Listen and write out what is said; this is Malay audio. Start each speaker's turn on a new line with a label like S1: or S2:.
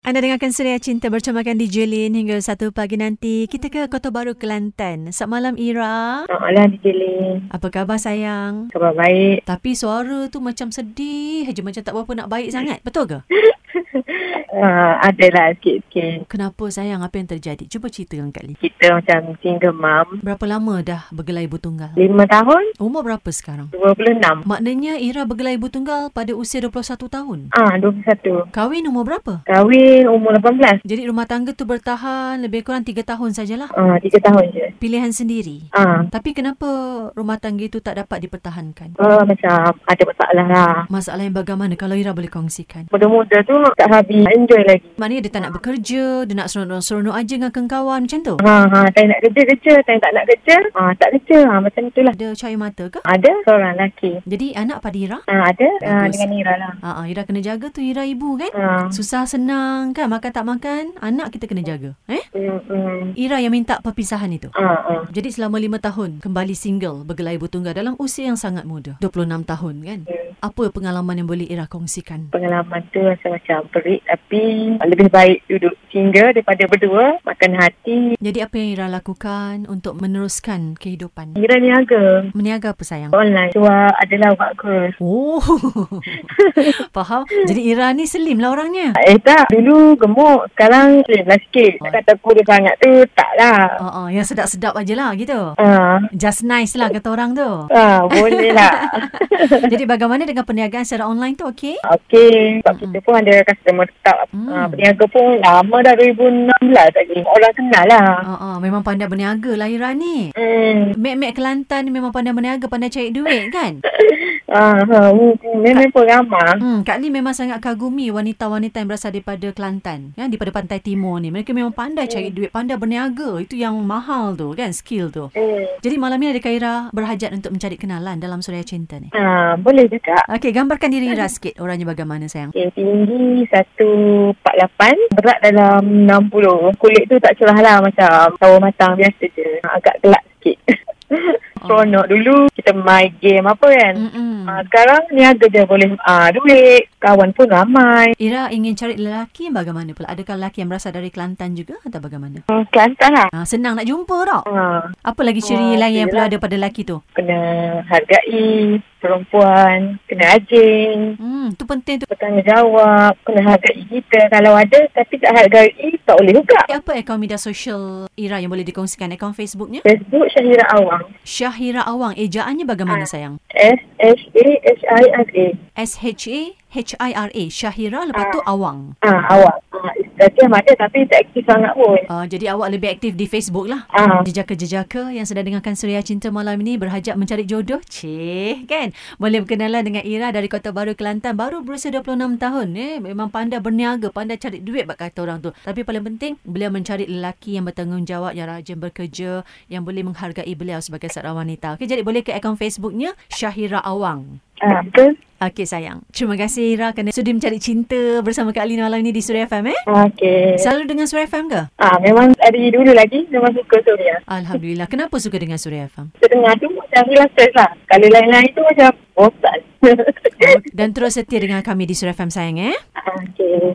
S1: Anda dengarkan Suria Cinta bercamakan di Jilin hingga satu pagi nanti. Kita ke Kota Baru, Kelantan. Selamat malam, Ira.
S2: Soalan dijeling.
S1: Apa khabar, sayang?
S2: Khabar baik.
S1: Tapi suara tu macam sedih je. Macam tak berapa nak baik sangat. Betul ke?
S2: Uh, adalah sikit-sikit.
S1: Kenapa, sayang? Apa yang terjadi? Cuba cerita kali.
S2: Kita macam single mom.
S1: Berapa lama dah bergelai ibu tunggal?
S2: Lima tahun,
S1: Umur berapa sekarang?
S2: 26.
S1: Maknanya Ira bergelai ibu tunggal pada usia 21 tahun.
S2: Ah, 21.
S1: Kahwin umur berapa?
S2: Kahwin umur 18.
S1: Jadi rumah tangga tu bertahan lebih kurang 3 tahun sajalah.
S2: Ah, 3 tahun je.
S1: Pilihan sendiri.
S2: Ah,
S1: Tapi kenapa rumah tangga itu tak dapat dipertahankan?
S2: uh, macam ada masalah lah.
S1: Masalah yang bagaimana kalau Ira boleh kongsikan?
S2: Muda-muda tu tak habis tak enjoy lagi.
S1: Maknanya dia tak nak bekerja, dia nak seronok-seronok aja dengan kawan macam tu?
S2: Ha, ha, time nak kerja, kerja. Time tak nak kerja, ah, tak kerja. Ha, macam itulah.
S1: Ada cahaya mata ke?
S2: Ada seorang lelaki.
S1: Jadi anak pada Ira?
S2: Ah, ada ah,
S1: Bagus.
S2: dengan Nira lah.
S1: Aa, Ira kena jaga tu Ira ibu kan?
S2: Ah,
S1: Susah senang kan makan tak makan, anak kita kena jaga. Eh?
S2: mm, mm.
S1: Ira yang minta perpisahan itu.
S2: Ah, ah.
S1: Jadi selama lima tahun kembali single bergelai bertunggal dalam usia yang sangat muda. 26 tahun kan?
S2: Hmm.
S1: Apa pengalaman yang boleh Ira kongsikan?
S2: pengalaman tu rasa macam perit tapi lebih baik duduk single daripada berdua makan hati
S1: Jadi apa yang Ira lakukan untuk meneruskan kehidupan?
S2: kira niaga
S1: Meniaga apa sayang?
S2: online tua adalah buat kurs
S1: Oh, faham. Jadi Ira ni slim lah orangnya.
S2: eh tak dulu gemuk sekarang slim lah sikit tak kata kurus sangat tu tak lah
S1: Uh, uh, yang sedap-sedap aje lah gitu.
S2: ah,
S1: Just nice lah kata orang tu.
S2: ah, boleh lah
S1: Jadi bagaimana dengan perniagaan secara online tu okey?
S2: Okey, sebab kita pun ada customer tetap.
S1: Hmm.
S2: Ah, peniaga pun lama dah 2016 lagi. Orang kenal lah.
S1: Uh, uh, memang pandai berniaga lah Ira ni.
S2: Hmm.
S1: Mek-mek Kelantan ni memang pandai berniaga, pandai cari duit kan?
S2: Ah, ha, hmm, memang pun ramah.
S1: Hmm, Kak Lee memang sangat kagumi wanita-wanita yang berasal daripada Kelantan, ya, daripada pantai timur ni. Mereka memang pandai cari duit, pandai berniaga. Itu yang mahal tu kan, skill tu.
S2: Hmm.
S1: Jadi malam ni ada Kaira berhajat untuk mencari kenalan dalam Suria Cinta ni.
S2: Ah, boleh juga.
S1: Okey, gambarkan diri Ira sikit orangnya bagaimana sayang.
S2: Okay, tinggi 148, berat dalam 60. Kulit tu tak cerah lah macam sawo matang biasa je. Agak gelap sikit. Seronok dulu kita main game apa kan.
S1: Mm-mm.
S2: Ah, sekarang niaga je boleh ah, duit, kawan pun ramai.
S1: Ira ingin cari lelaki yang bagaimana pula? Adakah lelaki yang berasal dari Kelantan juga atau bagaimana?
S2: Hmm, Kelantan lah.
S1: Ha, senang nak jumpa tak?
S2: Ah,
S1: Apa lagi ciri
S2: Ah,
S1: lain yang
S2: okey
S1: perlu
S2: lah.
S1: ada pada lelaki tu?
S2: kena hargai perempuan, kena rajin,
S1: Hmm, tu penting tu.
S2: bertanggungjawab, kena hargai kita. Kalau ada tapi tak hargai, tak boleh juga.
S1: Apa akaun media sosial Ira yang boleh dikongsikan? Akaun Facebooknya?
S2: Facebook Syahira Awang.
S1: Syahira Awang. Ejaannya bagaimana
S2: Ah.
S1: sayang?
S2: S-H-A-H-I-R-A.
S1: S-H-A-H-I-R-A. Syahira lepas tu Awang.
S2: Ah, awak. Ah, Instagram ada tapi tak aktif sangat pun.
S1: Uh, jadi awak lebih aktif di Facebook lah.
S2: Ah,
S1: Jejaka-jejaka yang sedang dengarkan Suria Cinta malam ini berhajat mencari jodoh. Cih, kan? Boleh berkenalan dengan Ira dari Kota Baru, Kelantan. Baru berusia 26 tahun. Eh, memang pandai berniaga, pandai cari duit bak kata orang tu. Tapi paling penting, beliau mencari lelaki yang bertanggungjawab, yang rajin bekerja, yang boleh menghargai beliau sebagai seorang wanita. Okey, jadi boleh ke akaun Facebooknya Syahira Awang.
S2: ah, betul.
S1: Okey sayang. Terima kasih Ira kerana sudi mencari cinta bersama Kak Lina malam ini di Suria FM eh.
S2: Ah, Okey.
S1: Selalu dengan Suria FM ke?
S2: Ah, memang dari dulu lagi memang suka Suria.
S1: Alhamdulillah. Kenapa suka dengan Suria FM?
S2: Setengah tu macam hilang stres lah. Kalau lain-lain tu macam oh, bosan.
S1: Oh, Dan terus setia dengan kami di Suria FM sayang eh.
S2: ah, Okey.